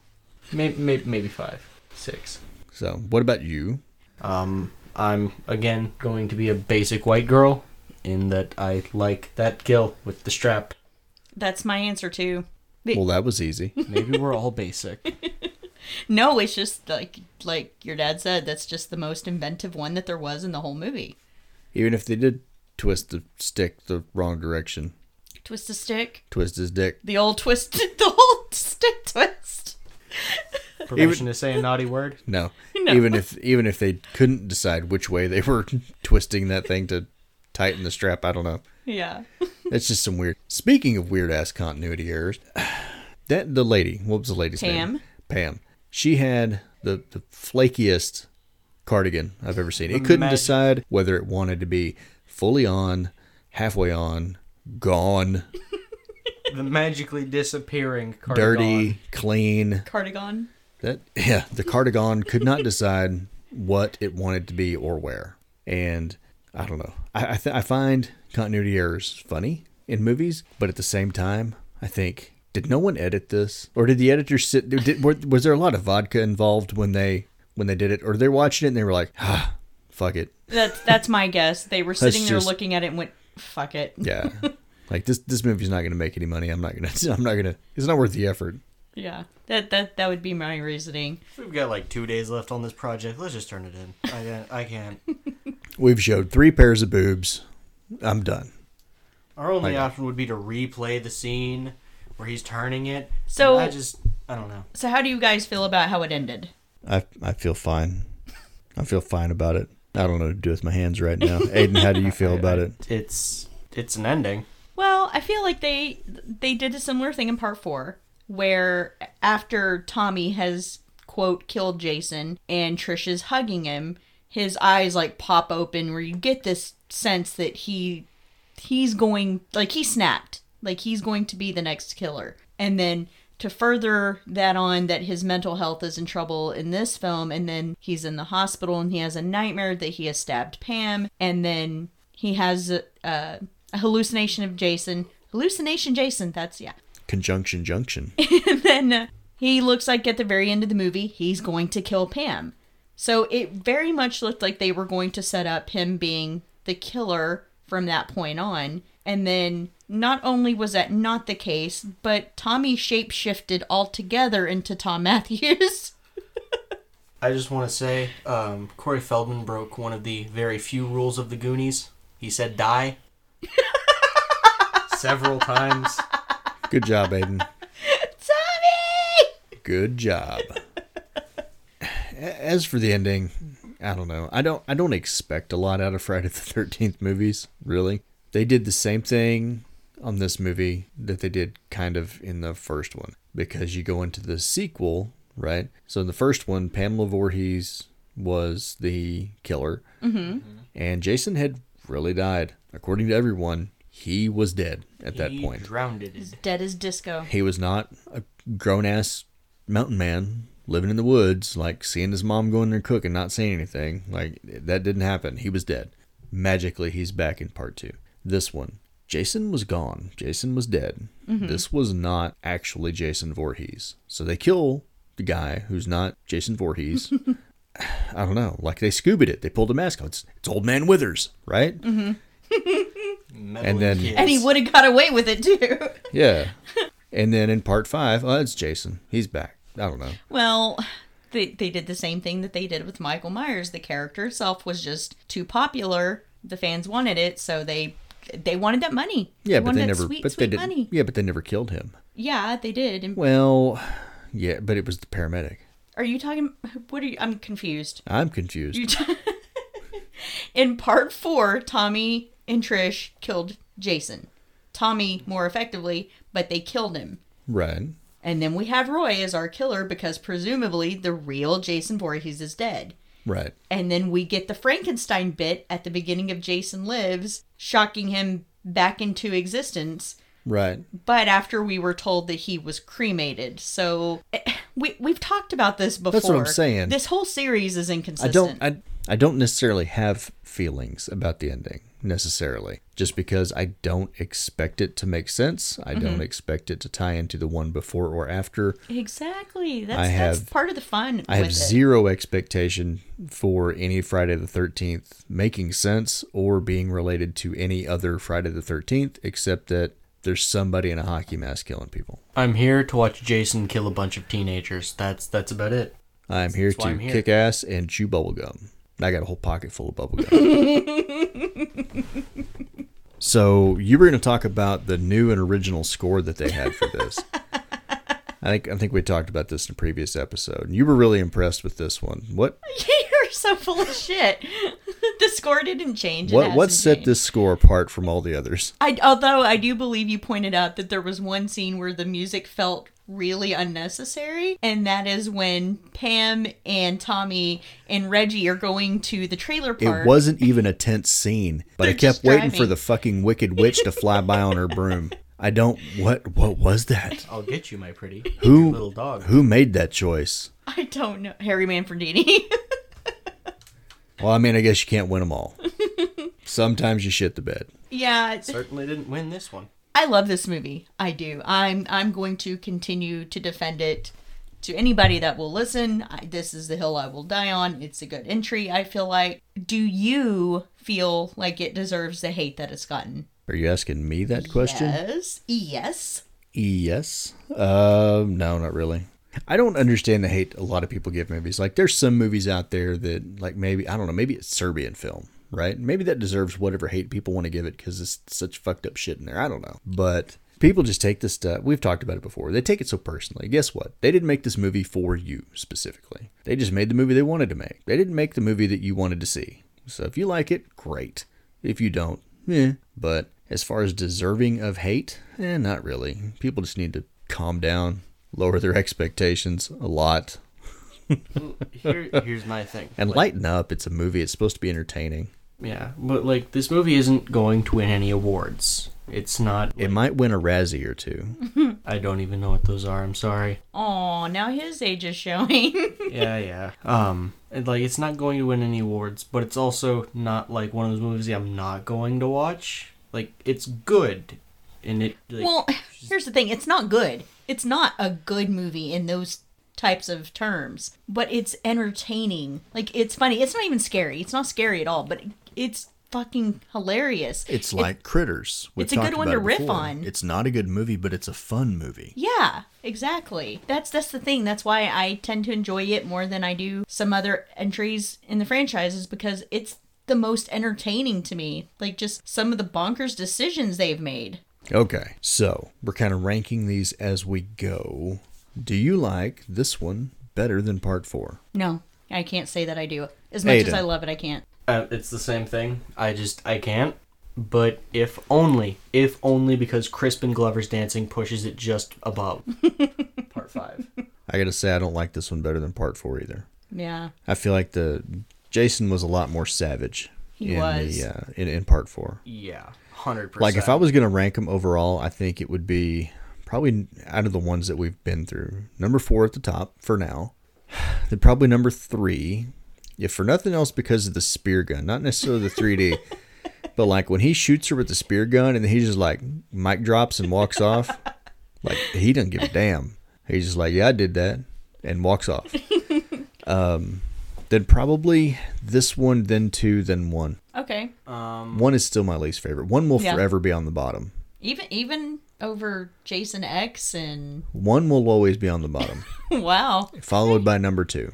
Maybe, maybe, maybe five, six.
So what about you?
Um, I'm again going to be a basic white girl in that I like that kill with the strap.
That's my answer too.
Well, that was easy.
Maybe we're all basic.
No, it's just like like your dad said, that's just the most inventive one that there was in the whole movie.
Even if they did twist the stick the wrong direction,
Twist a stick,
twist his dick.
the old twist, the old stick twist.
Permission to say a naughty word?
No. Even if even if they couldn't decide which way they were twisting that thing to tighten the strap, I don't know.
Yeah.
That's just some weird. Speaking of weird ass continuity errors, that the lady, what was the lady's name?
Pam.
Pam. She had the the flakiest cardigan I've ever seen. It couldn't
Imagine-
decide whether it wanted to be fully on, halfway on, gone,
The magically disappearing cardigan.
dirty, clean.
Cardigan.
That yeah, the cardigan could not decide what it wanted to be or where, and I don't know. I I, th- I find continuity errors funny in movies, but at the same time, I think did no one edit this, or did the editor sit? Did, were, was there a lot of vodka involved when they when they did it, or they're watching it and they were like, ah, fuck it,
That's that's my guess. They were sitting there
just-
looking at it and went, "Fuck it."
yeah. Like this, this movie's not going to make any money. I'm not going to. I'm not going to. It's not worth the effort.
Yeah. That that that would be my reasoning.
We've got like two days left on this project. Let's just turn it in. I can't. I can't.
We've showed three pairs of boobs. I'm done.
Our only
Like-
option would be to replay the scene where he's turning it.
So-
And I just, I don't know.
So how do you guys feel about how it ended?
I I feel fine. I feel fine about it. I don't know what to do with my hands right now. Aiden, how do you feel about it?
It's it's an ending.
Well, I feel like they they did a similar thing in part four, where after Tommy has quote killed Jason and Trish is hugging him, his eyes like pop open, where you get this sense that he he's going like he snapped, like he's going to be the next killer, and then. To further that on, that his mental health is in trouble in this film, and then he's in the hospital and he has a nightmare that he has stabbed Pam, and then he has a, a hallucination of Jason. Hallucination Jason, that's yeah.
Conjunction junction.
And then uh, he looks like at the very end of the movie, he's going to kill Pam. So it very much looked like they were going to set up him being the killer from that point on. And then not only was that not the case, but Tommy shapeshifted altogether into Tom Matthews.
I just want to say, um, Corey Feldman broke one of the very few rules of the Goonies. He said die several times.
Good job, Aiden.
Tommy!
Good job. A- As for the ending, I don't know. I don't I don't expect a lot out of Friday the 13th movies, really. They did the same thing on this movie that they did kind of in the first one because you go into the sequel, right? So in the first one, Pamela Voorhees was the killer. And Jason had really died. According to everyone, he was dead at that
he
point
drowned it.
Dead as disco.
he was not a grown ass mountain man living in the woods, like seeing his mom go in there cook and not saying anything. Like that didn't happen. He was dead. Magically, he's back in part two. This one, Jason was gone. Jason was dead. This was not actually Jason Voorhees. So they kill the guy who's not Jason Voorhees. I don't know. Like they scoobied it. They pulled a mask off. It's, it's Old Man Withers, right? And then-
Meddling
And he
kids.
would have got away with it too.
Yeah. and then in part five, oh, it's Jason. He's back. I don't know.
Well, they, they did the same thing that they did with Michael Myers. The character itself was just too popular. The fans wanted it, so they they wanted that money.
Yeah, but
wanted
they
that
never.
sweet,
but
sweet
they didn't.
money.
Yeah, but they never killed him.
Yeah, they did. And
Well, yeah, but it was the paramedic.
are you talking? What are you? I'm confused.
I'm confused.
In part four, Tommy and Trish killed Jason. Tommy more effectively, but they killed him.
Right.
And then we have Roy as our killer because presumably the real Jason Voorhees is dead.
Right.
And then we get the Frankenstein bit at the beginning of Jason Lives, shocking him back into existence.
Right.
But after we were told that he was cremated, so eh, we we've talked about this before.
what I'm saying.
This whole series is
I
inconsistent.
don't. I, I don't necessarily have feelings about the ending necessarily, just because I don't expect it to make sense. I
Mm-hmm.
don't expect it to tie into the one before or after.
exactly. That's,
I have-
that's part of the fun.
I have
with it.
zero expectation for any Friday the 13th making sense or being related to any other Friday the 13th, except that there's somebody in a hockey mask killing people.
I'm here to watch Jason kill a bunch of teenagers. That's that's about it.
I'm here
why
to
I'm here.
kick ass and chew bubblegum. I got a whole pocket full of bubblegum. so you were going to talk about the new and original score that they had for this. I think I think we talked about this in a previous episode. You were really impressed with this one. What
You're so full of shit. the score didn't change. It
what what
hasn't
set
changed.
this score apart from all the others?
I, although I do believe you pointed out that there was one scene where the music felt really unnecessary, and that is when Pam and Tommy and Reggie are going to the trailer park.
It wasn't even a tense scene, but I
They're
kept
just
waiting for
driving.
the fucking wicked witch to fly by on her broom. I don't what what was that?
I'll get you, my pretty
Who
little dog.
who made that choice?
I don't know Harry Manfredini.
Well, I mean, I guess you can't win them all. Sometimes you shit the bed.
yeah, it's-
Certainly didn't win this one.
I love this movie. I do. I'm I'm going to continue to defend it to anybody that will listen. I, this is the hill I will die on. It's a good entry. I feel like. Do you feel like it deserves the hate that it's gotten?
Are you asking me that question?
Yes. Yes.
Yes. Uh, no, not really. I don't understand the hate a lot of people give movies. Like, there's some movies out there that, like, maybe I don't know, maybe it's Serbian film, right? Maybe that deserves whatever hate people want to give it because it's such fucked up shit in there. I don't know, but people just take this stuff. We've talked about it before. They take it so personally. Guess what? They didn't make this movie for you specifically. They just made the movie they wanted to make. They didn't make the movie that you wanted to see. So if you like it, great. If you don't, yeah. But as far as deserving of hate, eh, not really. People just need to calm down, lower their expectations a lot,
Here, here's my thing.
and lighten up. It's a movie. It's supposed to be entertaining.
Yeah, but like this movie isn't going to win any awards. It's not.
It might win a Razzie or two.
I don't even know what those are. I'm sorry.
Oh, now his age is showing.
yeah, yeah. Um, and, like it's not going to win any awards, but it's also not like one of those movies I'm not going to watch. Like it's good, and it. Like,
well, here's the thing. It's not good. It's not a good movie in those types of terms, but it's entertaining. Like it's funny. It's not even scary. It's not scary at all, but it's fucking hilarious.
It's like Critters. We've
it's a good
talked
one
about
to
it
riff
before.
on.
It's not a good movie, but it's a fun movie.
yeah, exactly. That's that's the thing. That's why I tend to enjoy it more than I do some other entries in the franchise is because it's the most entertaining to me. Like just some of the bonkers decisions they've made.
Okay, so we're kind of ranking these as we go. Do you like this one better than Part Four?
No, I can't say that I do. As much as
Aiden.
I love it, I can't.
Uh, it's the same thing. I just I can't. But if only, if only because Crispin Glover's dancing pushes it just above part five.
I gotta say, I don't like this one better than Part Four either.
Yeah.
I feel like the Jason was a lot more savage.
He
in
was.
The, uh, in in part four.
Yeah, hundred percent.
Like if I was gonna rank them overall, I think it would be probably out of the ones that we've been through, number four at the top for now. Then probably number three, if for nothing else because of the spear gun, not necessarily the 3D, But like when he shoots her with the spear gun and he just like mic drops and walks off, like he doesn't give a damn. He's just like, yeah, I did that, and walks off. um, then probably this one, then two, then one.
Okay.
One is still my least favorite. One will
Yeah.
forever be on the bottom.
Even even over Jason X and
One will always be on the bottom,
wow.
followed by number two.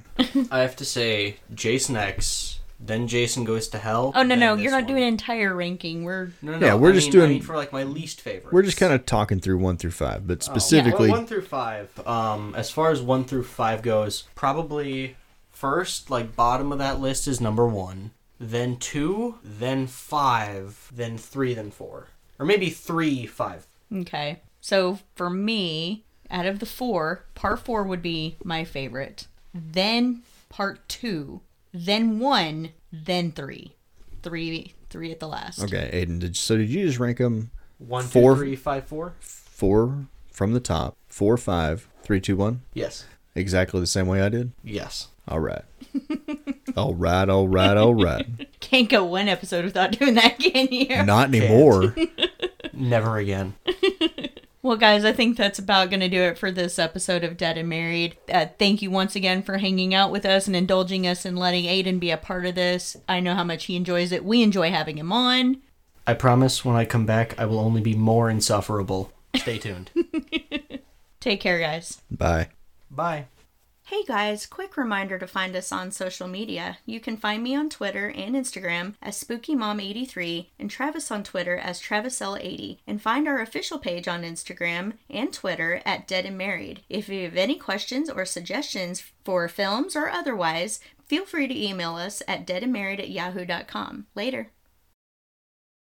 I have to say Jason X, then Jason goes to hell.
Oh no
then
no,
this
you're not
one.
doing an entire ranking. We're
No, no,
Yeah,
no,
we're
I
just
mean-
doing-
I mean for like my least favorite.
We're just kind of talking through one through five, but specifically,
one through five. Um, as far as one through five goes, probably first, like bottom of that list is number one, then two, then five, then three, then four, or maybe three, five.
okay. So for me, out of the four, part four would be my favorite. Then part two, then one, then three, three, three at the last.
okay, Aiden. Did, so did you just rank them
One, two,
Four.
three, five, four.
four from the top, four, five, three, two, one,
Yes.
exactly the same way I did?
Yes.
All right. all right, all right, all right.
Can't go one episode without doing that, can you?
Not anymore.
Never again.
Well, guys, I think that's about going to do it for this episode of Dead and Married. Uh, thank you once again for hanging out with us and indulging us and letting Aiden be a part of this. I know how much he enjoys it. We enjoy having him on.
I promise when I come back, I will only be more insufferable. Stay tuned.
Take care, guys.
Bye.
Bye.
Hey guys, quick reminder to find us on social media. You can find me on Twitter and Instagram as SpookyMom83 and Travis on Twitter as TravisL80. And find our official page on Instagram and Twitter at Dead and Married. If you have any questions or suggestions for films or otherwise, feel free to email us at deadandmarried at yahoo.com. Later.